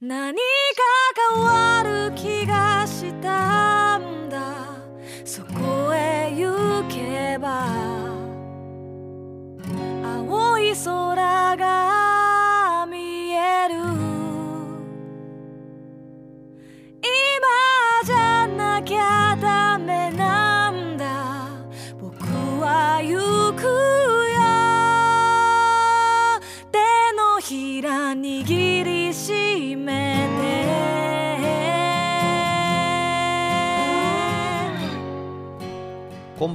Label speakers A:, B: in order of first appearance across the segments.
A: 何か変わる気がしたんだそこへ行けば青い空が見える今じゃなきゃダメなんだ僕は行くよ手のひら握りしめて
B: こん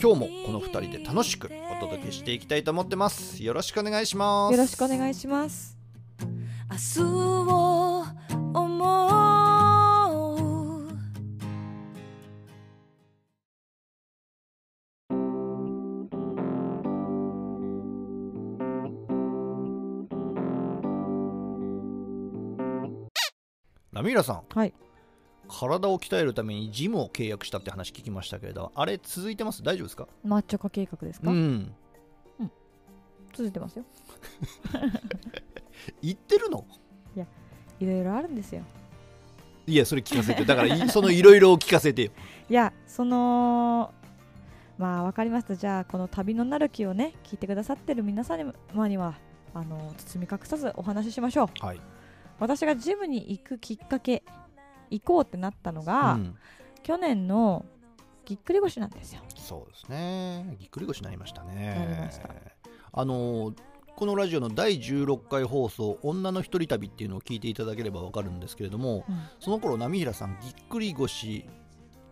B: 今日もこの2人で楽しくお届けしていきたいと思ってますよろしくお願いします
C: よろしくお願いします。
A: 明日を思う
B: ラミーラさん
C: はい。
B: 体を鍛えるためにジムを契約したって話聞きましたけれどあれ続いてます大丈夫ですか
C: マッチョ化計画ですか、
B: ん
C: 続いてますよ。
B: 行ってるの
C: いろいろあるんですよ。
B: いやそれ聞かせてだからいそのいろいろを聞かせてよ
C: いや、その、まあ、わかりました。じゃあ、この旅のなる木をね、聞いてくださってる皆様にまあには、あの、包み隠さずお話ししましょう。
B: はい、
C: 私がジムに行くきっかけ、行こうってなったのが、
B: うん
C: 去年のぎっくり腰なんですよ。
B: そうですねぎっくり腰になりましたね
C: なりました
B: あのーこのラジオの第16回放送「女の一人旅」っていうのを聞いていただければわかるんですけれども
C: うん
B: その頃波平さんぎっくり腰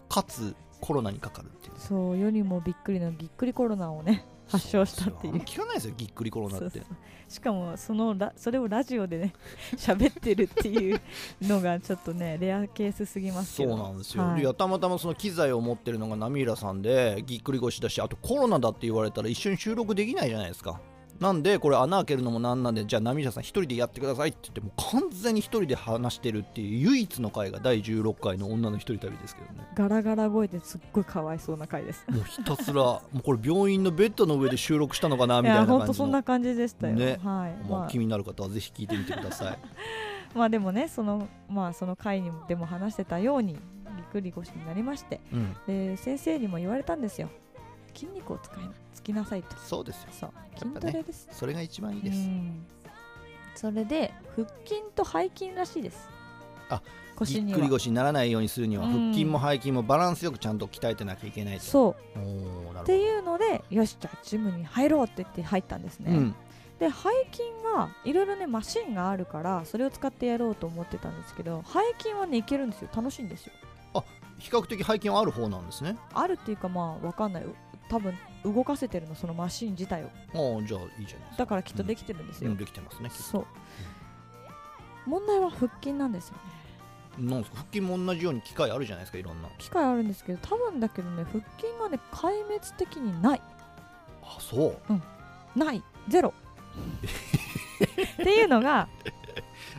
B: かつコロナにかかるっていう
C: そう、世にもびっくりのぎっくりコロナをね、発症したってい
B: あ
C: うん
B: ま。聞かないですよぎっくりコロナ
C: そ
B: っ
C: う
B: て
C: そうしかもそのラそれをラジオ でね喋ってるっていうのがちょっとねレアケースすぎますけ
B: そう
C: ど
B: なんですよ、
C: はい
B: いやたまたまその機材を持ってるのが波平さんでぎっくり腰だしあとコロナだって言われたら一緒に収録できないじゃないですかなんでこれ穴開けるのもなんなんでじゃあ波平さん一人でやってくださいって言ってもう完全に一人で話してるっていう唯一の回が第16回の女の一人旅ですけどね
C: ガラガラ声ですっごいかわいそうな回です
B: もうひた すらもうこれ病院のベッドの上で収録したのかないみたい
C: や
B: な
C: ほん
B: 感
C: と
B: じ
C: そ
B: の
C: んな感じでしたよ、
B: ね
C: はい
B: ま
C: ま
B: あ、
C: あ
B: 気、になる方はぜひ聞いてみてください
C: まあでもねそのまあその回にでも話してたようにぎっくり腰になりまして
B: うん
C: で先生にも言われたんですよ筋肉を使いつきなさいと
B: そうですよ
C: そう
B: ぱね
C: 筋トレです、
B: それが一番いいで
C: う
B: す
C: んそれで腹筋と背筋らしいです
B: あ
C: 腰
B: ぎ
C: に
B: っ
C: は
B: くり腰にならないようにするには
C: うん
B: 腹筋も背筋もバランスよくちゃんと鍛えてなきゃいけないと
C: そう
B: おーな
C: っ
B: る
C: ていうのでよしじゃあジムに入ろうって言って入ったんです
B: ほど、
C: ね、
B: うん、
C: で背筋はいろいろねマシンがあるからそれを使ってやろうと思ってたんですけど背筋はねいけるんですよ楽しいんですよ
B: 比較的背筋はある方なんですね
C: あるっていうかまあわかんないう多分動かせてるのそのマシン自体を
B: ああじゃあいいじゃないですか
C: だからきっとできてるんです
B: う
C: よ、
B: んできてますね
C: そう問題は腹筋なんですよね
B: なんですか腹筋も同じように機械あるじゃないですかいろんな
C: 機会あるんですけど多分だけどね腹筋がね壊滅的にない
B: あそう
C: ないゼロっていうのが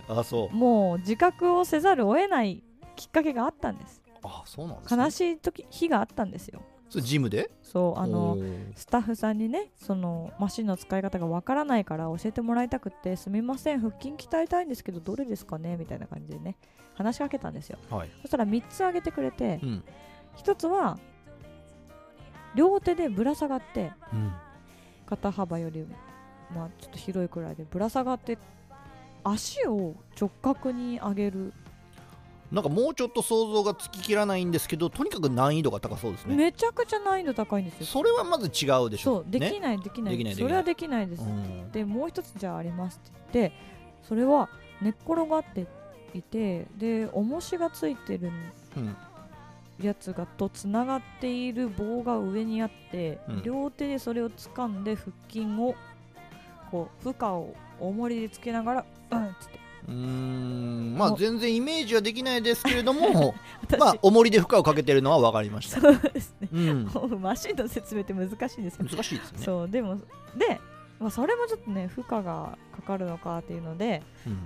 B: あそう
C: もう自覚をせざるを得ないきっかけがあったんです
B: あそうなんですね
C: 悲しい時日があったんですよ
B: それジムで
C: そうあ
B: お
C: の
B: ー
C: スタッフさんにねそのマシンの使い方がわからないから教えてもらいたくって「すみません腹筋鍛えたいんですけどどれですかね?」みたいな感じでね話しかけたんですよ
B: はい
C: そしたら3つ挙げてくれて
B: うん
C: 1つは両手でぶら下がって
B: うん
C: 肩幅よりまあちょっと広いくらいでぶら下がって足を直角に上げる
B: なんかもうちょっと想像がつききらないんですけどとにかく難易度が高そうですね
C: めちゃくちゃ難易度高いんですよ
B: それはまず違うでし
C: そ
B: ょ
C: うで
B: ね
C: きないできな
B: できないで
C: い
B: きない
C: それはできないです、
B: うん
C: でもう一つじゃあありますって言ってそれは寝っ転がっていてで重しがついてる
B: うん
C: やつがとつながっている棒が上にあって、
B: うん
C: 両手でそれを掴んで腹筋をこう負荷を重りでつけながらうんっつって
B: うーんまあ
C: お
B: 全然イメージはできないですけれど も
C: 私、
B: まあ重りで負荷をかけてるのは分かりました、
C: そうですね、
B: うん、
C: もうマシンの説明って難しいんですよ、
B: 難しいですね
C: そうでもで、まあ、それもちょっとね負荷がかかるのかっていうので
B: うん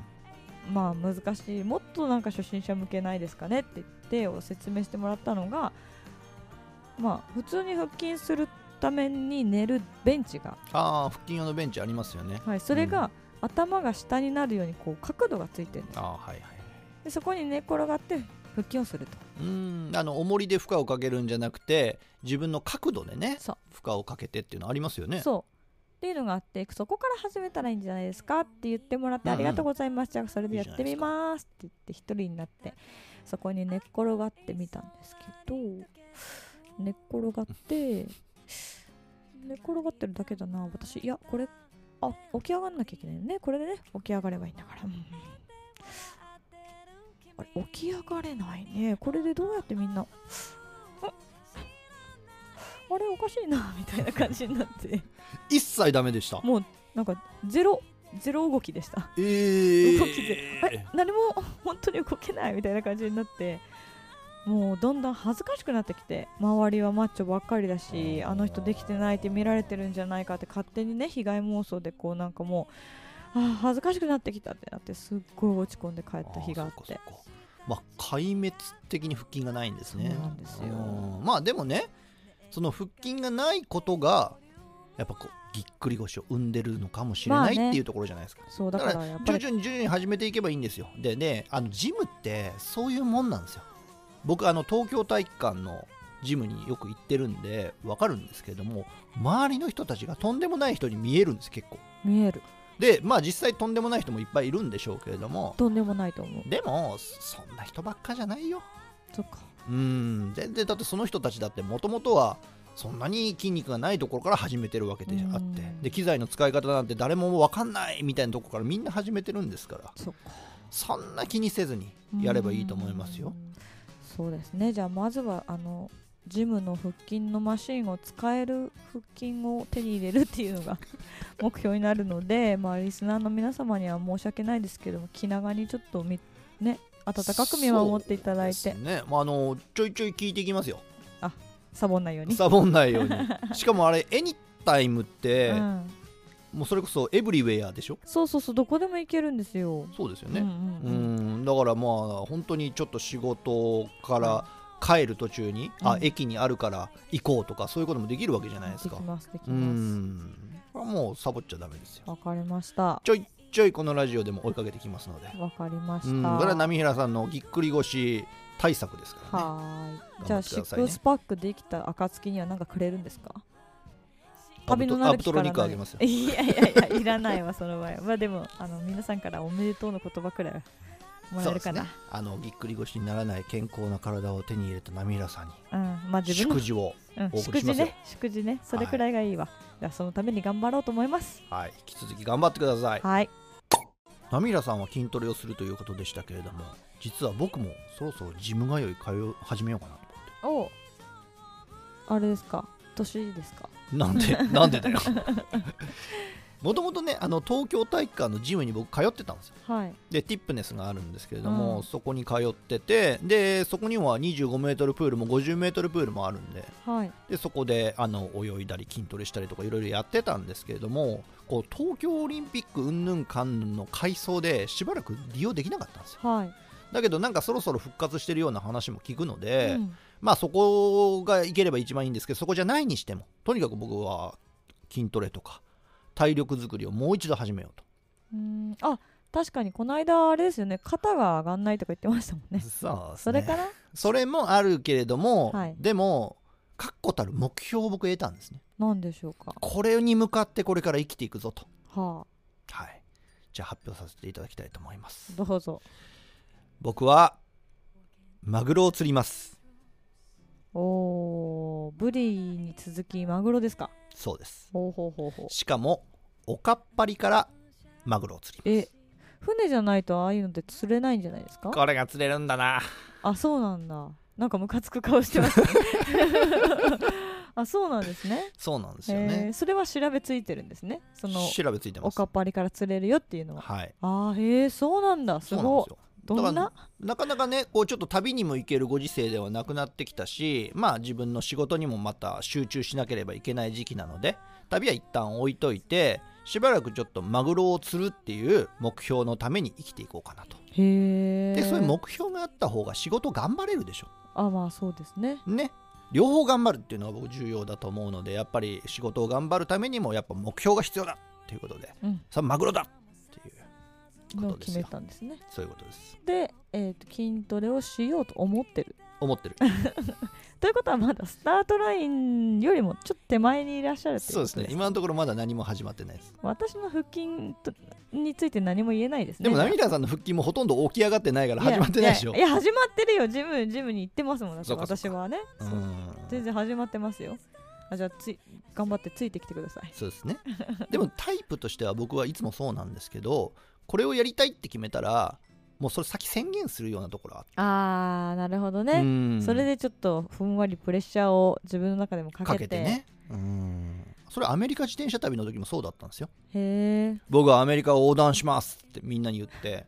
C: まあ難しいもっとなんか初心者向けないですかねって言ってお説明してもらったのがまあ普通に腹筋するために寝るベンチが、
B: ああ腹筋用のベンチありますよね
C: はい、それ
B: う
C: が頭が下になるようにこう角度がついてるんです
B: ああはいはい
C: でそこに寝転がって腹筋をすると
B: うーんあの重りで負荷をかけるんじゃなくて自分の角度でね
C: そう
B: 負荷をかけてっていうのありますよね
C: そうっていうのがあってそこから始めたらいいんじゃないですかって言ってもらって、
B: うんうん
C: ありがとうございましたそれでやってみますって言って一人になってそこに寝っ転がってみたんですけど寝っ転がって寝っ転がってるだけだな私いやこれあ起き上がんなきゃいけないよねこれでね起き上がればいいんだから、うんあれ起き上がれないねこれでどうやってみんなああれおかしいなみたいな感じになって
B: 一切ダメでした
C: もうなんかゼロゼロ動きでした。
B: え
C: 動きであれ
B: ー、
C: 何も本当に動けないみたいな感じになってもうどんどん恥ずかしくなってきて周りはマッチョばっかりだしあの人できてないって見られてるんじゃないかって勝手にね被害妄想でこうなんかもうあー恥ずかしくなってきたってなってすっごい落ち込んで帰った日があって
B: ーそっかそっかまあ壊滅的に腹筋がないんですね
C: そうなんですよ
B: うんまあでもねその腹筋がないことがやっぱこうぎっくり腰を生んでるのかもしれない、
C: まあね
B: っていうところじゃないですか
C: そうだからやっぱ
B: 徐
C: り
B: 々に徐々に始めていけばいいんですよでねあのジムってそういうもんなんですよ僕あの東京体育館のジムによく行ってるんでわかるんですけれども周りの人たちがとんでもない人に見えるんです結構
C: 見える
B: でまあ実際とんでもない人もいっぱいいるんでしょうけれども
C: とんでもないと思う
B: でもそんな人ばっかじゃないよ
C: そっか
B: うん全然だってその人たちだってもともとはそんなに筋肉がないところから始めてるわけであ
C: う
B: って
C: ん
B: で機材の使い方なんて誰も分かんないみたいなとこからみんな始めてるんですから
C: そっか
B: そんな気にせずにやればいいと思います
C: う
B: よ。
C: ん。そうですね。じゃあまずはあのジムの腹筋のマシンを使える腹筋を手に入れるっていうのが 目標になるので、まあリスナーの皆様には申し訳ないですけども気長にちょっとみね温かく見守っていただい
B: そう
C: て
B: ですね、まあ、あのちょいちょい聞いていきますよ。
C: サボんないように。
B: サボんないように。 しかもあれ、エニタイムって、
C: うん、
B: もうそれこそエブリウェアでしょ
C: そうそうそうどこでも行けるんですよ。
B: そうですよ
C: うん
B: ね。う
C: うんうん
B: ん、だからまあ、本当にちょっと仕事から帰る途中に、あ
C: うん
B: 駅にあるから行こうとか、そういうこともできるわけじゃないです
C: で
B: か
C: き。ますでき
B: う
C: ま
B: ん、これはもうサボっちゃダメですよ
C: す。。わかりました。
B: ちょいちょいこのラジオでも追いかけてきますので。
C: わかりまし
B: う
C: た。
B: ん、これは波平さんのぎっくり腰対策ですからね。
C: はー
B: 頑張
C: い。
B: って
C: じゃあ、
B: く
C: シ
B: ださ
C: ッ
B: いね
C: クスパックできた暁には何かくれるんですか
B: アブ
C: 旅
B: ト
C: のなる
B: ア
C: き
B: ブト
C: か
B: ロニ
C: ら何
B: カあげますよ
C: いやいやいや、いらないわ、その場合は。まあでも、あの皆さんからおめでとうの言葉くらいはもらえるかな。
B: そうですね、あのぎっくり腰にならない健康な体を手に入れた波平さんに
C: うん、まあ自分
B: 祝
C: の
B: 辞を、
C: うん
B: お送りしま
C: 祝辞
B: すよ
C: ね、祝辞ね、それくらいがいいわ。じゃあ、そのために頑張ろうと思います。
B: はい、引き続き頑張ってください
C: はい。
B: 波平さんは筋トレをするということでしたけれども実は僕もそろそろジム通い通い始めようかなと
C: おあれですか、年ですか。
B: 思 ってなんでなんでだよもともとねあの東京体育館のジムに僕通ってたんですよ
C: はい。
B: でティップネスがあるんですけれども、
C: うん
B: そこに通っててでそこには 25m プールも 50m プールもあるんで
C: はい。
B: でそこであの泳いだり筋トレしたりとかいろいろやってたんですけれどもこう東京オリンピック云々かんぬんの改装でしばらく利用できなかったんですよ
C: はい。
B: だけどなんかそろそろ復活してるような話も聞くので、
C: うん
B: まあそこがいければ一番いいんですけどそこじゃないにしてもとにかく僕は筋トレとか体力作りをもう一度始めようと。
C: うーん、あ確かにこの間、あれですよね、肩が上がんないとか言ってましたもんね。
B: そう
C: それかな
B: それもあるけれども、
C: はい
B: でも確固たる目標を僕得たんですね
C: なんでしょうか。
B: これに向かってこれから生きていくぞと
C: は
B: はい。じゃあ発表させていただきたいと思います
C: あ、。どうぞ。
B: 僕は、マグロを釣ります。
C: おー、ブリに続きマグロですか。
B: そうです。
C: ほうほうほうほう。
B: しかも、おかっぱりからマグロを釣りま
C: え
B: す。、
C: 船じゃないとああいうのって釣れないんじゃないですか。
B: これが釣れるんだな。
C: あ、そうなんだ。なんかムカつく顔してます、ね。あそうなんですね
B: そうなんですよ
C: え
B: ね
C: ーそれは調べついてるんですねその
B: 調べついてま
C: お
B: す
C: かっぱりから釣れるよっていうのは
B: はい
C: あーへえそうなんだす
B: そうなん
C: ご
B: です
C: い
B: よ
C: どん
B: だ
C: な
B: かなかなかねこうちょっと旅にも行けるご時世ではなくなってきたしまあ自分の仕事にもまた集中しなければいけない時期なので旅は一旦置いといてしばらくちょっとマグロを釣るっていう目標のために生きていこうかなと
C: へえ
B: でそういう目標があった方が仕事頑張れるでしょ
C: あまあそうですね
B: ね両方頑張るっていうのが僕重要だと思うのでやっぱり仕事を頑張るためにもやっぱ目標が必要だっていうことで
C: うん
B: さあマグロだっていうこ
C: の
B: とです
C: 決
B: よ
C: めたんですね
B: そういうことです
C: で、えー、と筋トレをしようと思ってる
B: 思ってる
C: ということはまだスタートラインよりもちょっと手前にいらっしゃるという
B: そう
C: こ
B: ですね
C: と
B: 今のところまだ何も始まってないです
C: 私の腹筋とについて何も言えないですね
B: でも涙さんの腹筋もほとんど起き上がってないから始まってないでしょ
C: ややいや始まってるよジムジムに行ってますもんだって
B: そうかそうか
C: 私はね
B: う
C: そうん全然始まってますよあじゃあつい頑張ってついてきてください
B: そうです ねでもタイプとしては僕はいつもそうなんですけどこれをやりたいって決めたらもうそれ先宣言するようなところはあっ
C: あーなるほど
B: て
C: ね、
B: うん
C: それでちょっとふんわりプレッシャーを自分の中でもかけて
B: かけてねうんそれアメリカ自転車旅の時もそうだったんですよ
C: へえ
B: 僕はアメリカを横断しますってみんなに言って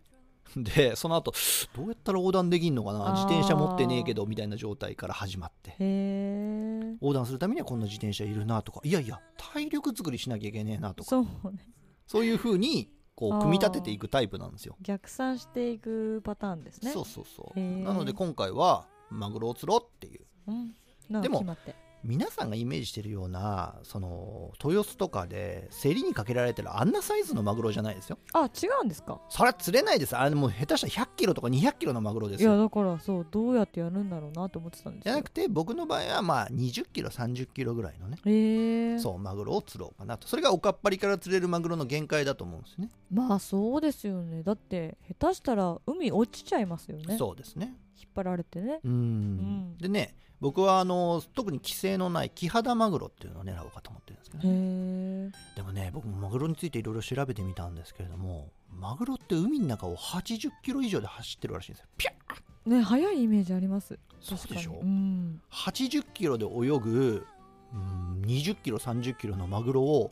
B: でその後どうやったら横断できんのかな
C: あー
B: 自転車持ってねえけどみたいな状態から始まって
C: へえ
B: 横断するためにはこんな自転車いるなとかいやいや体力作りしなきゃいけねえなとか
C: そうね
B: そういうふうにこ
C: あ
B: う
C: ー
B: 組み立てていくタイプなんですよ、
C: 逆算していくパターンですね
B: そうそうそう
C: へー
B: なので今回はマグロを釣ろうっていう
C: うん、なんか
B: でも
C: 決まって
B: 皆さんがイメージしてるようなその豊洲とかで競りにかけられてるあんなサイズのマグロじゃないですよ
C: あ違うんですか
B: それは釣れないですあれもう下手したら100キロとか200キロのマグロで
C: い
B: す
C: や
B: よ
C: だからそうどうやってやるんだろうなと思ってたんです
B: じゃ
C: よ
B: なくて僕の場合はまあ20キロ30キロぐらいのね
C: へえ
B: そうマグロを釣ろうかなとそれがおかっぱりから釣れるマグロの限界だと思うんですね
C: まあそうですよねだって下手したら海落ちちゃいますよね
B: そうですね
C: 引っ張られてね
B: うん
C: うん
B: でね僕はあの特に規制のないキハダマグロっていうのを狙おうかと思ってるんですけど
C: へ
B: ね
C: え
B: でもね僕もマグロについていろいろ調べてみたんですけれどもマグロって海の中を80キロ以上で走ってるらしいんですよピャッ
C: ね早いイメージあります
B: そうでし
C: 確
B: ょ
C: かにうん
B: 80キロで泳ぐうん20キロ30キロのマグロを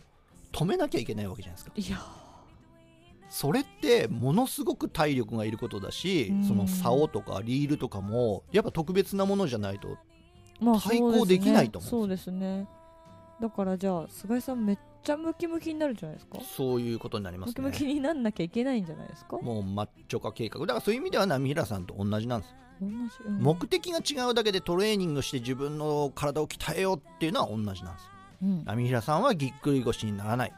B: 止めなきゃいけないわけじゃないですか
C: いや
B: それってものすごく体力がいることだし
C: うん
B: その竿とかリールとかもやっぱ特別なものじゃないと
C: まあ
B: 対抗
C: そうすね
B: できないと思う
C: そうですねだからじゃあ菅井さんめっちゃムキムキになるんじゃないですか
B: そういうことになりま
C: ム
B: す
C: キム
B: ね
C: キになんなきゃいけないんじゃないですか
B: もうマッチョ化計画だからそういう意味では波平さんと同じなんです、
C: 同じ、うん
B: 目的が違うだけでトレーニングして自分の体を鍛えようっていうのは同じなんです
C: うん
B: 波平さんはぎっくり腰にならない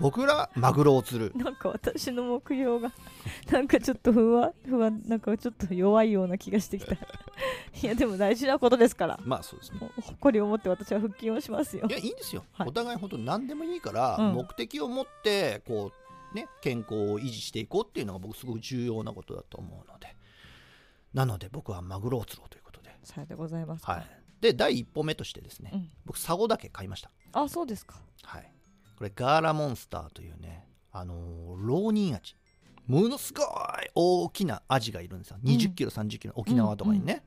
B: 僕らマグロを釣る
C: なんか私の目標が なんかちょっと不安不安なんかちょっと弱いような気がして きたいやでも大事なことですから
B: まあそうですね
C: もう誇りを持って私は腹筋をしますよ
B: いやいいんですよ、
C: はい
B: お互い本当何でもいいから、
C: うん
B: 目的を持ってこうね健康を維持していこうっていうのが僕すごく重要なことだと思うのでなので僕はマグロを釣ろうということで、
C: さようでございます、
B: はい、で第一歩目としてですね、
C: うん
B: 僕サゴだけ買いました
C: あそうですか
B: はい、これガーラモンスターというね、あのー浪人アジものすごい大きなアジがいるんですよ
C: ん
B: 2 0キロ3 0キロ沖縄とかにね、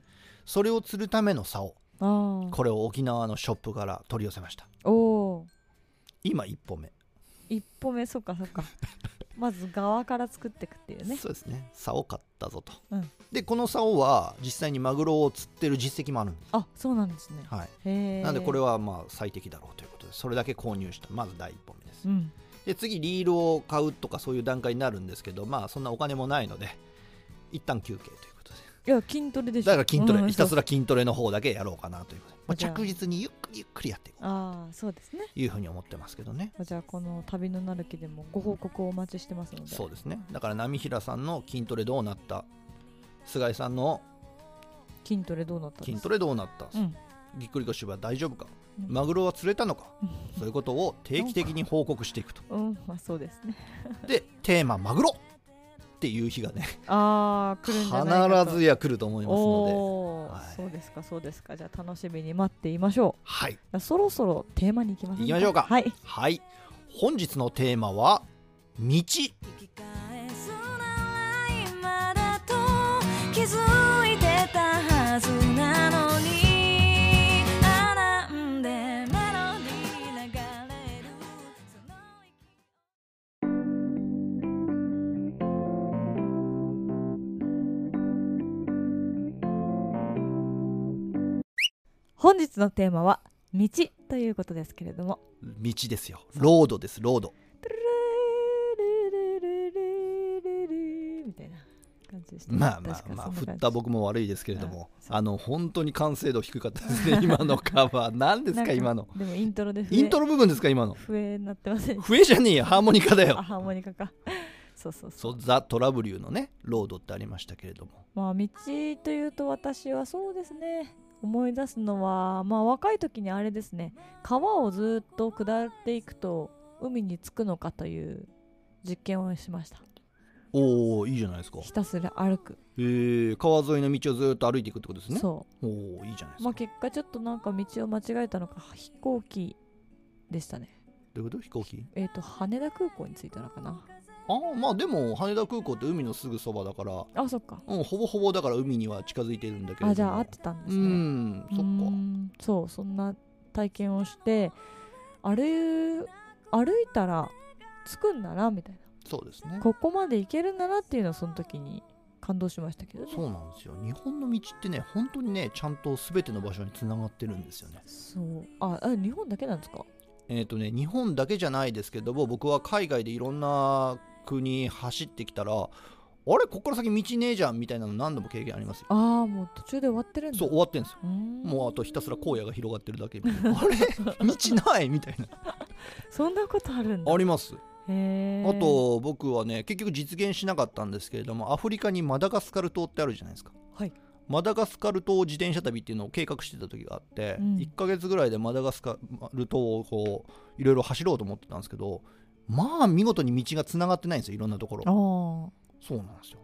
B: それを釣るための竿
C: あー
B: これを沖縄のショップから取り寄せました
C: おお
B: 今1歩目、
C: ー一歩目そっかそっ かまず側から作っていくっていうね
B: そうですね竿買ったぞと、
C: うん
B: でこの竿は実際にマグロを釣ってる実績もあるんです、
C: あそうなんですね
B: はい、
C: へえ
B: なのでこれはまあ最適だろうということでそれだけ購入したまず第一歩目です
C: うん
B: で次リールを買うとかそういう段階になるんですけどまあそんなお金もないので一旦休憩ということで
C: いや筋トレでしょ
B: だから筋トレ、
C: うん
B: ひたすら筋トレの方だけやろうかなということで、まあ、
C: じゃあ
B: 着実にゆっくりゆっくりやっていこう
C: ああそうですね
B: というふうに思ってますけどね
C: じゃあこの旅のなる木でもご報告をお待ちしてますので
B: そうですねだから波平さんの筋トレどうなった菅井さんの
C: 筋トレどうなったんです
B: 筋トレどうなった、
C: うん
B: ぎっくり腰は大丈夫か
C: うん
B: マグロは釣れたのか、
C: うん
B: そういうことを定期的に報告していくと
C: うん、まあそうですね。
B: でテーママグロっていう日がね
C: ああ、来
B: 必
C: るんじゃないかと。
B: ずや来ると思いますので
C: おお、
B: はい
C: そうですか、そうですか。じゃあ楽しみに待っていましょ
B: はい、
C: う。そろそろテーマに行きます
B: 行きましょうか
C: はい。
B: はい、本日のテーマは「道」
A: 引き返すなら今だと気づいてたはずなのにあなんで
C: 本日のテーマは「道」ということですけれども
B: 道ですよロードですロード
C: 「トゥルルルルルルルル」みたいな感じでしたね
B: まあま
C: 確
B: あ
C: か
B: まあ
C: そんな
B: 振
C: 感
B: っ
C: じ
B: た僕も悪いですけれども
C: あそう
B: あの本当に完成度低かったです ね今のカバー何です
C: なん
B: か今の
C: でもイントロで
B: イント
C: ロ
B: ロ部分ですか今の
C: 笛になってません
B: 笛じゃねえよハーモニカだ
C: あ
B: よ
C: ハーモニカかそうそうそう
B: そうザ・トラブリューのねロードってありましたけれども
C: まあ道というと私はそうですね思い出すのはまあ若い時にあれですね川をずっと下っていくと海に着くのかという実験をしました
B: おおいいじゃないですか
C: ひたすら歩く
B: えー、川沿いの道をずっと歩いていくってことですね
C: そ
B: おおいいじゃないで
C: う
B: すか
C: まあ結果ちょっとなんか道を間違えたのか飛行機でしたね
B: どういうこと飛行機
C: えっ、と羽田空港に着いたのかな
B: ああまあでも羽田空港って海のすぐそばだから、
C: あそっか
B: うん、ほぼほぼだから海には近づいてるんだけれども
C: あじゃあ合ってたんで
B: う
C: すね
B: んそっ
C: うー
B: か
C: んそうそんな体験をして歩い歩いたら着くんだなみたい
B: そうですね
C: なここまで行けるんだなっていうのはその時に感動しましたけどね
B: そうなんですよ日本の道ってね本当にねちゃんと全ての場所につながってるんですよね
C: そうああ日本だけなんですか
B: えっ、とね日本だけじゃないですけども僕は海外でいろんな国走ってきたらあれこっから先道ねえじゃんみたいなの何度も経験ありますよ
C: ああもう途中で終わってるんだ
B: そう終わってんですよ
C: うーん
B: もうあとひたすら荒野が広がってるだけみたいなあれ道ないみたいな
C: そんなことあるんだ
B: あります
C: へえ
B: あと僕はね結局実現しなかったんですけれどもアフリカにマダガスカル島ってあるじゃないですか、
C: はい
B: マダガスカル島自転車旅っていうのを計画してた時があって、
C: うん
B: 1ヶ月ぐらいでマダガスカル島をこういろいろ走ろうと思ってたんですけどまあ見事に道がつながってないんですよいろんなとこ
C: あ
B: ろ
C: ー
B: そうなんですよ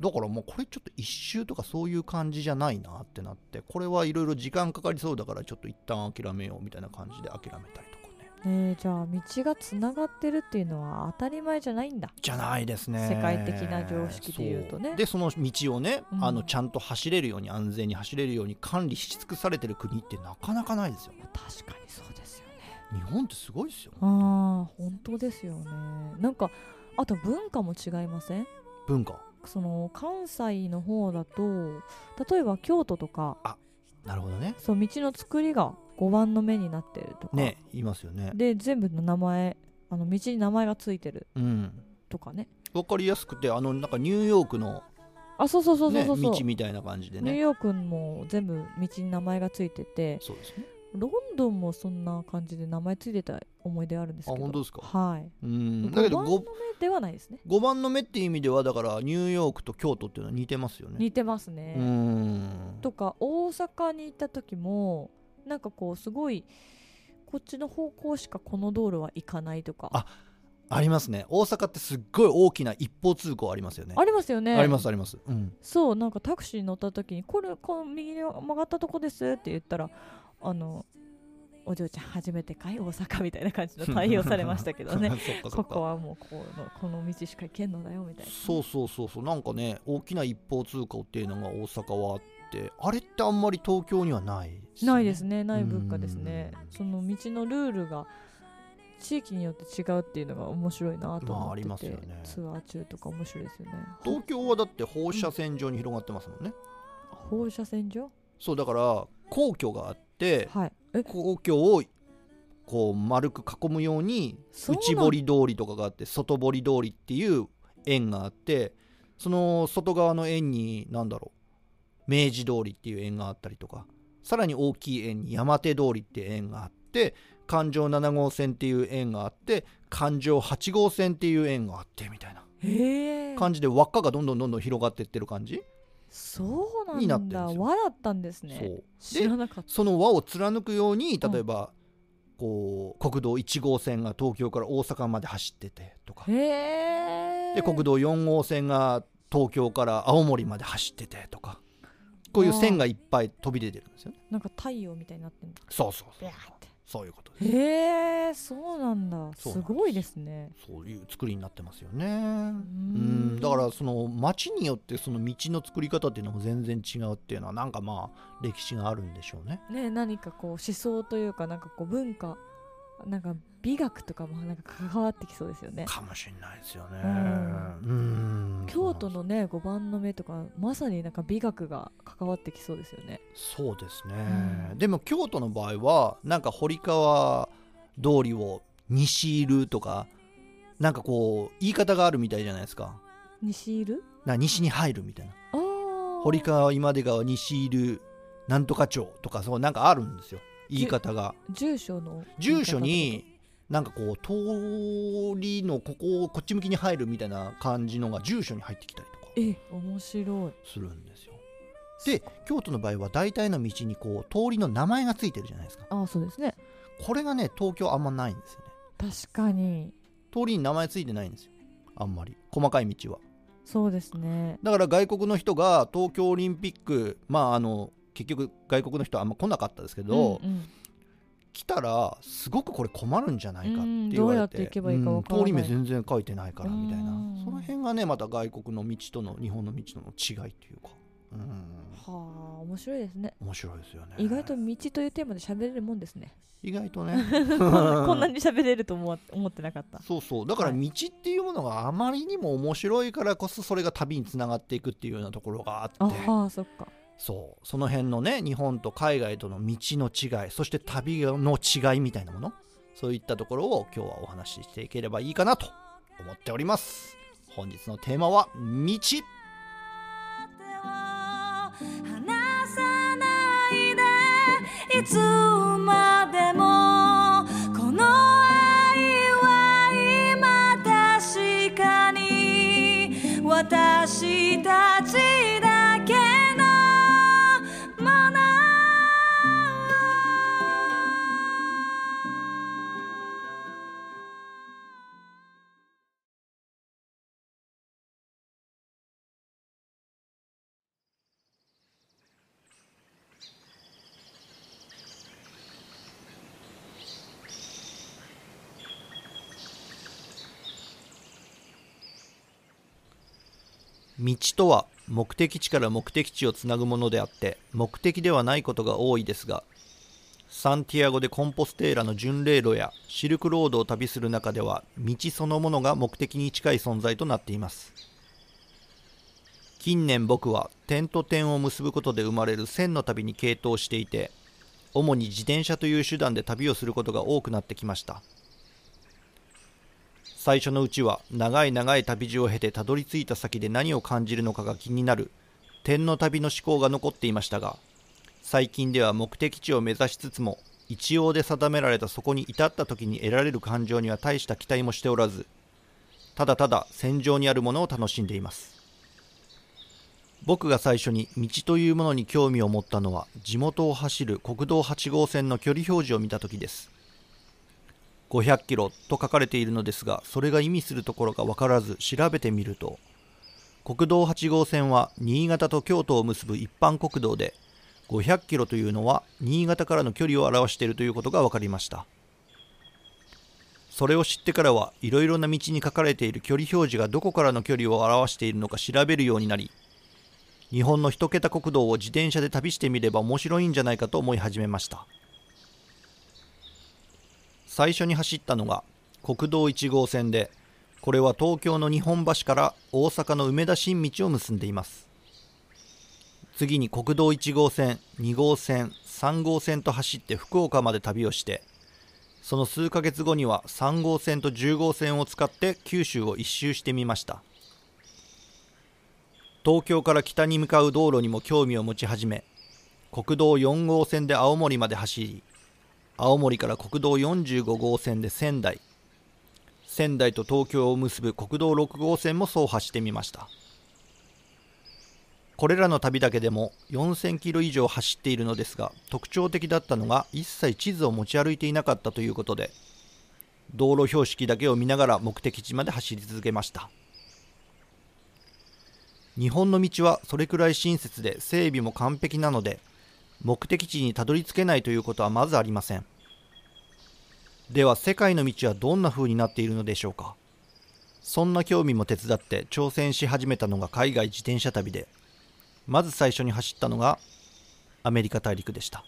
B: だからもうこれちょっと一周とかそういう感じじゃないなってなってこれはいろいろ時間かかりそうだからちょっと一旦諦めようみたいな感じで諦めたりとかね
C: えー、じゃあ道がつながってるっていうのは当たり前じゃないんだ
B: じゃないですね
C: 世界的な常識で言うとね
B: そでその道をね、
C: うん
B: あのちゃんと走れるように安全に走れるように管理し尽くされてる国ってなかなかないですよ
C: 確かにそうですよね
B: 日本ってすごいですよ
C: ああ本当ですよねなんかあと文化も違いません
B: 文化
C: その関西の方だと例えば京都とか
B: なるほどね
C: そう道の作りが5番の目になってるとか、
B: ね言いますよね
C: で全部の名前あの道に名前がついてる
B: うん
C: とかね
B: わかりやすくてあのなんかニューヨークの、
C: あそうそうそうそう
B: ね、
C: そうそう、
B: 道みたいな感じで
C: ニュー
B: ね
C: ヨークも全部道に名前がついてて
B: そうですね
C: ロンドンもそんな感じで名前ついてた思い出あるんですけど
B: あ本当ですか
C: はい
B: うんだけ
C: 5
B: ど
C: 番の
B: 5,
C: 目ではないですね
B: 5番の目っていう意味ではだからニューヨークと京都っていうのは似てますよね
C: 似てますね、
B: うん
C: とか大阪に行った時もなんかこうすごいこっちの方向しかこの道路は行かないとか
B: あありますね大阪ってすっごい大きな一方通行ありますよね
C: ありますよね
B: ありますあります、うん、
C: そうなんかタクシーに乗った時に「これこう右に曲がったとこです」って言ったらあの「お嬢ちゃん初めてかい大阪」みたいな感 じの対応されましたけど ね
B: そっかそ
C: こ
B: っ
C: こ
B: か
C: はもうこのこの道しか行けんのだよみたいな
B: そうそうそうそうなんかね大きな一方通行っていうのが大阪はあってあれってあんまり東京にはないですね
C: ないですねない文化ですね
B: うん
C: その道のルールが地域によって違うっていうのが面白いなと
B: まあ
C: 思
B: あ
C: っ
B: り
C: て
B: ます
C: て、
B: よね
C: ツアー中とか面白いですよね
B: 東京はだって放射線状に広がってますもんね、
C: 放射線上
B: そうだから皇居があって
C: はいえ
B: 皇居をこう丸く囲むように
C: そうなん
B: 内堀通りとかがあって外堀通りっていう円があってその外側の円に何だろう明治通りっていう円があったりとかさらに大きい円に山手通りっていう円があって環状7号線っていう円があって環状8号線っていう円があってみたいな
C: へえ
B: 感じで輪っかがどんどんどんどん広がってってる感じ、
C: そうなんだ
B: になってるんですよ
C: 和だったんです
B: そ
C: ね
B: う
C: 知らなかった
B: その輪を貫くように例えば、こう国道1号線が東京から大阪まで走っててとか
C: へえ
B: で国道4号線が東京から青森まで走っててとかこういう線がいっぱい飛び出てるんですよね
C: なんか太陽みたいになってんだ
B: そうそうそ
C: ビャ
B: う
C: ーって
B: そういうことです
C: へえそうなんだ
B: そうな
C: す
B: んです
C: ごいですね
B: そういう作りになってますよねうん
C: ん
B: だからその町によってその道の作り方っていうのも全然違うっていうのはなんかまあ歴史があるんでしょうね
C: ね何かこう思想というかなんかこう文化なんか美学とかもなんか関わってきそうですよね
B: かもしれないですよね
C: うん
B: うん
C: 京都のね5番の目とかまさになんか美学が関わってきそうですよね
B: そうですね、
C: うん
B: でも京都の場合はなんか堀川通りを西いるとかなんかこう言い方があるみたいじゃないですか
C: 西いる
B: な西に入るみたいな
C: ああ
B: 堀川今出川西いるなんとか町とかそうなんかあるんですよ言い方が
C: 住所の
B: 住所になんかこう通りのここをこっち向きに入るみたいな感じのが住所に入ってきたりとか
C: え面白い
B: するんですよで京都の場合は大体の道にこう通りの名前がついてるじゃないですか
C: ああそうですね
B: これがね東京あんまないんですよね
C: 確かに
B: 通りに名前ついてないんですよあんまり細かい道は
C: そうですね
B: だから外国の人が東京オリンピックまああの結局外国の人はあんま来なかったですけど、
C: うんうん
B: 来たらすごくこれ困るんじゃないかって
C: うん
B: 言われて
C: どうやって行けばいいかわからない
B: うん通り名全然書いてないからみたいな
C: うん
B: その辺がねまた外国の道との日本の道との違いというかうん
C: はあ面白いですね
B: 面白いですよね
C: 意外と道というテーマで喋れるもんで すね
B: 意外とね
C: こんなこんなに喋れると思わ思ってなかった
B: そうそうだから
C: は
B: 道っていうものがあまりにも面白いからこそそれが旅につながっていくっていうようなところがあって
C: ああそっか
B: そうその辺のね日本と海外との道の違いそして旅の違いみたいなものそういったところを今日はお話ししていければいいかなと思っております本日のテーマは「道」
A: 手を離さないでいつまでもこの愛は今確かに私たちだけのもの
B: 道とは目的地から目的地をつなぐものであって目的ではないことが多いですがサンティアゴでコンポステーラの巡礼路やシルクロードを旅する中では道そのものが目的に近い存在となっています近年僕は点と点を結ぶことで生まれる線の旅に傾倒していて主に自転車という手段で旅をすることが多くなってきました最初のうちは長い長い旅路を経てたどり着いた先で何を感じるのかが気になる点の旅の思考が残っていましたが最近では目的地を目指しつつも一応で定められたそこに至った時に得られる感情には大した期待もしておらずただただ戦場にあるものを楽しんでいます僕が最初に道というものに興味を持ったのは地元を走る国道8号線の距離表示を見た時です500キロと書かれているのですがそれが意味するところが分からず調べてみると国道8号線は新潟と京都を結ぶ一般国道で500キロというのは新潟からの距離を表しているということが分かりましたそれを知ってからはいろいろな道に書かれている距離表示がどこからの距離を表しているのか調べるようになり日本の一桁国道を自転車で旅してみれば面白いんじゃないかと思い始めました最初に走ったのが国道1号線でこれは東京の日本橋から大阪の梅田新道を結んでいます次に国道1号線2号線3号線と走って福岡まで旅をしてその数ヶ月後には3号線と10号線を使って九州を一周してみました東京から北に向かう道路にも興味を持ち始め国道4号線で青森まで走り青森から国道45号線で仙台仙台と東京を結ぶ国道6号線も走破してみましたこれらの旅だけでも4000キロ以上走っているのですが特徴的だったのが一切地図を持ち歩いていなかったということで道路標識だけを見ながら目的地まで走り続けました日本の道はそれくらい親切で整備も完璧なので目的地にたどり着けないということはまずありませんでは世界の道はどんな風になっているのでしょうかそんな興味も手伝って挑戦し始めたのが海外自転車旅でまず最初に走ったのがアメリカ大陸でした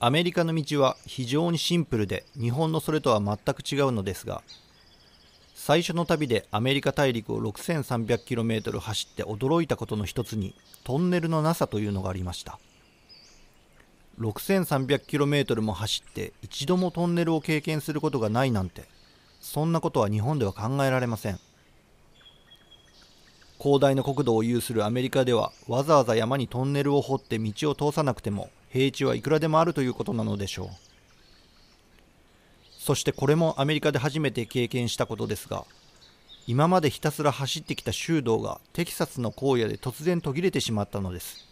B: アメリカの道は非常にシンプルで日本のそれとは全く違うのですが最初の旅でアメリカ大陸を 6300km 走って驚いたことの一つにトンネルのなさというのがありました 6300km も走って一度もトンネルを経験することがないなんてそんなことは日本では考えられません広大な国土を有するアメリカではわざわざ山にトンネルを掘って道を通さなくても平地はいくらでもあるということなのでしょうそしてこれもアメリカで初めて経験したことですが今までひたすら走ってきた修道がテキサスの荒野で突然途切れてしまったのです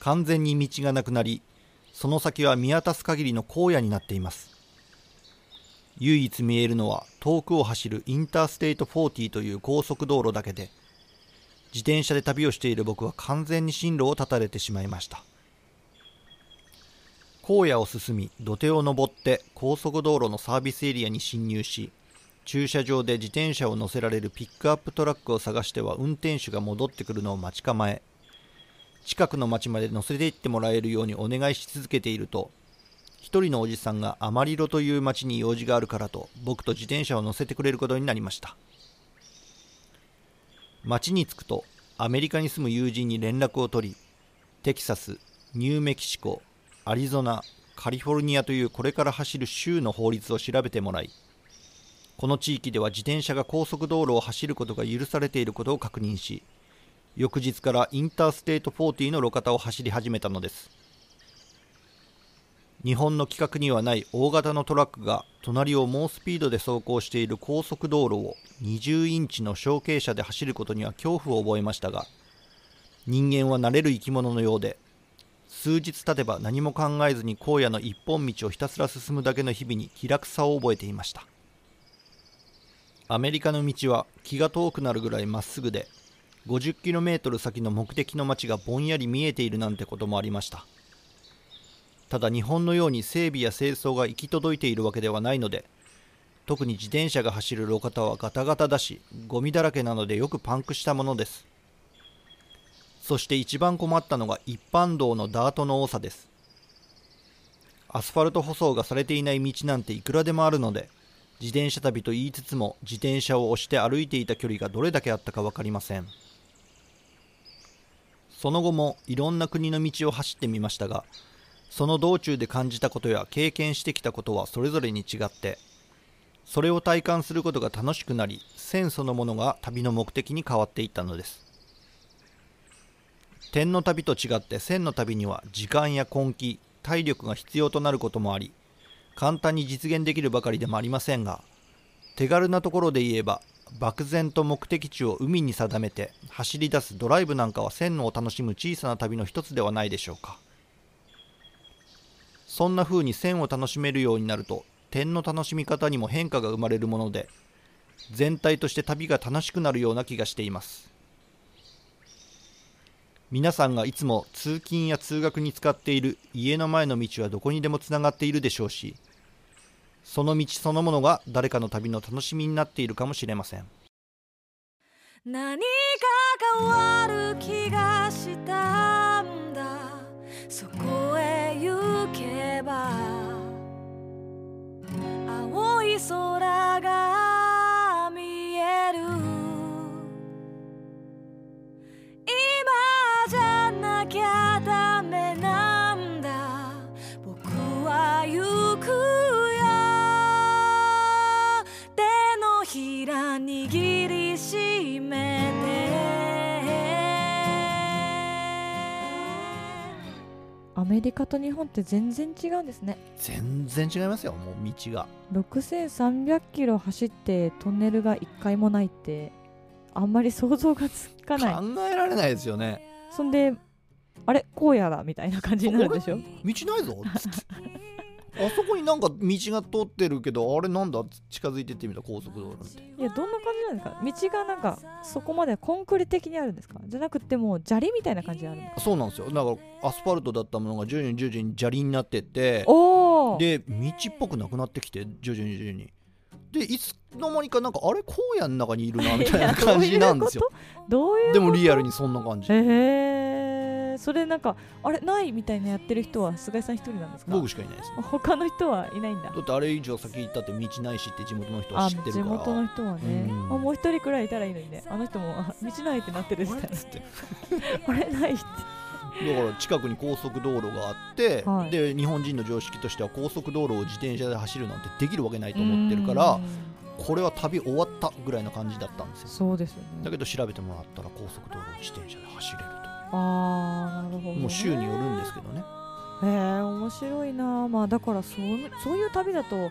B: 完全に道がなくなりその先は見渡す限りの荒野になっています唯一見えるのは遠くを走るインターステイト40という高速道路だけで自転車で旅をしている僕は完全に進路を断たれてしまいました荒野を進み土手を登って高速道路のサービスエリアに進入し駐車場で自転車を乗せられるピックアップトラックを探しては運転手が戻ってくるのを待ち構え近くの町まで乗せていってもらえるようにお願いし続けていると一人のおじさんがアマリロという町に用事があるからと僕と自転車を乗せてくれることになりました町に着くとアメリカに住む友人に連絡を取りテキサスニューメキシコアリゾナカリフォルニアというこれから走る州の法律を調べてもらいこの地域では自転車が高速道路を走ることが許されていることを確認し翌日からインターステート40の路肩を走り始めたのです日本の規格にはない大型のトラックが隣を猛スピードで走行している高速道路を20インチの小径車で走ることには恐怖を覚えましたが人間は慣れる生き物のようで数日経てば何も考えずに荒野の一本道をひたすら進むだけの日々に気楽さを覚えていましたアメリカの道は気が遠くなるぐらいまっすぐで 50km 先の目的の街がぼんやり見えているなんてこともありましたただ日本のように整備や清掃が行き届いているわけではないので特に自転車が走る路肩はガタガタだしゴミだらけなのでよくパンクしたものですそして一番困ったのが一般道のダートの多さですアスファルト舗装がされていない道なんていくらでもあるので自転車旅と言いつつも自転車を押して歩いていた距離がどれだけあったか分かりませんその後もいろんな国の道を走ってみましたがその道中で感じたことや経験してきたことはそれぞれに違ってそれを体感することが楽しくなり線そのものが旅の目的に変わっていったのです点の旅と違って線の旅には時間や根気体力が必要となることもあり簡単に実現できるばかりでもありませんが手軽なところで言えば漠然と目的地を海に定めて走り出すドライブなんかは線路を楽しむ小さな旅の一つではないでしょうかそんな風に線を楽しめるようになると点の楽しみ方にも変化が生まれるもので全体として旅が楽しくなるような気がしています皆さんがいつも通勤や通学に使っている家の前の道はどこにでもつながっているでしょうしその道そのものが誰かの旅の楽しみになっているかもしれません
A: 何か変わる気がしたんだそこへ行けば青い空が見える今じゃなきゃダメなんだ僕は行くよ手のひら握りしめて
C: アメリカと日本って全然違うんですね
B: 全然違いますよもう道が
C: 6300キロ走ってトンネルが1回もないってあんまり想像がつかない
B: 考えられないですよね
C: そんであれ荒野だみたいな感じになるでしょ
B: 道ないぞつ ってあそこになんか道が通ってるけどあれなんだ近づいてってみた高速道路なんて
C: いやどんな感じなんですか道がなんかそこまでコンクリ的にあるんですかじゃなくてもう砂利みたいな感じにあるの
B: そうなんですよだからアスファルトだったものが徐々に徐々に砂利になってって
C: おお
B: で道っぽくなくなってきて徐々に徐々にでいつの間にかなんかあれ荒野の中にいるなみたいな感じなんですよ
C: どういうことどういう
B: でもリアルにそんな感じ
C: へえー、それなんかあれないみたいなやってる人は菅井さん一人なんですか
B: 僕しかいないです
C: 他の人はいないん
B: だ
C: だ
B: ってあれ以上先行ったって道ないしって地元の人は
C: あ
B: 知ってるか
C: 地
B: ら
C: 元の人はね、
B: うん
C: あもう一人くらいいたらいいのにねあの人もあ道ないってなってるみたい
B: あ れっつって
C: あれないって
B: だから近くに高速道路があって、
C: はい
B: で日本人の常識としては高速道路を自転車で走るなんてできるわけないと思ってるから
C: うん
B: これは旅終わったぐらいな感じだったんですよ
C: そうですよ
B: だ
C: ね
B: けど調べてもらったら高速道路を自転車で走れる
C: ああなるほど
B: と
C: ね
B: もう州によるんですけどね
C: へえ面白いなまあだからそうそういう旅だと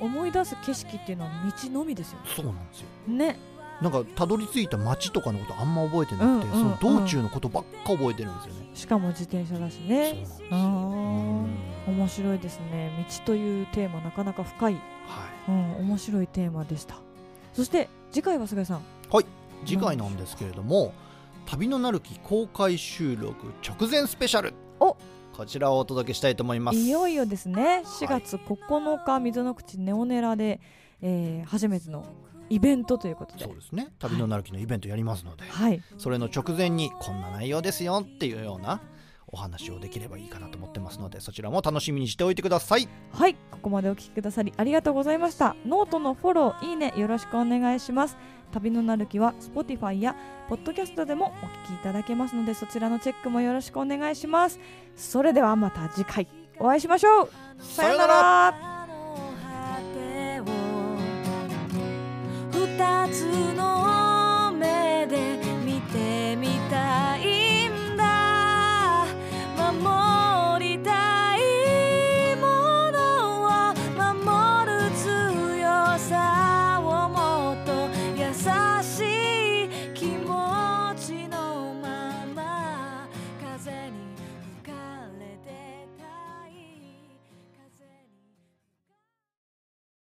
C: 思い出す景色っていうのは道のみですよ
B: そうなんですよ
C: ね
B: なんかたどり着いた街とかのことあんま覚えてなくて、
C: うんうんうん
B: その道中のことばっか覚えてるんですよね、
C: しかも自転車だし
B: そうなん
C: ね
B: ですよ
C: あ
B: うん
C: ー面白いですね道というテーマなかなか深い、
B: は
C: うん、面白いテーマでしたそして次回は菅井さん
B: い次回なんですけれども「旅のなる木」公開収録直前スペシャル
C: お
B: こちらをお届けしたいと思います
C: いよいよですね4月9日溝の口ネオネラで、えー初めてのイベントということで
B: そうですね旅のなる木のイベントやりますので、
C: はい
B: それの直前にこんな内容ですよっていうようなお話をできればいいかなと思ってますのでそちらも楽しみにしておいてください
C: はい、ここまでお聞きくださりありがとうございました。ノートのフォロー、いいねよろしくお願いします。旅のなるきは Spotify や Podcast でもお聞きいただけますのでそちらのチェックもよろしくお願いします。それではまた次回お会いしましょう。さようなら。
A: あの果てを二つの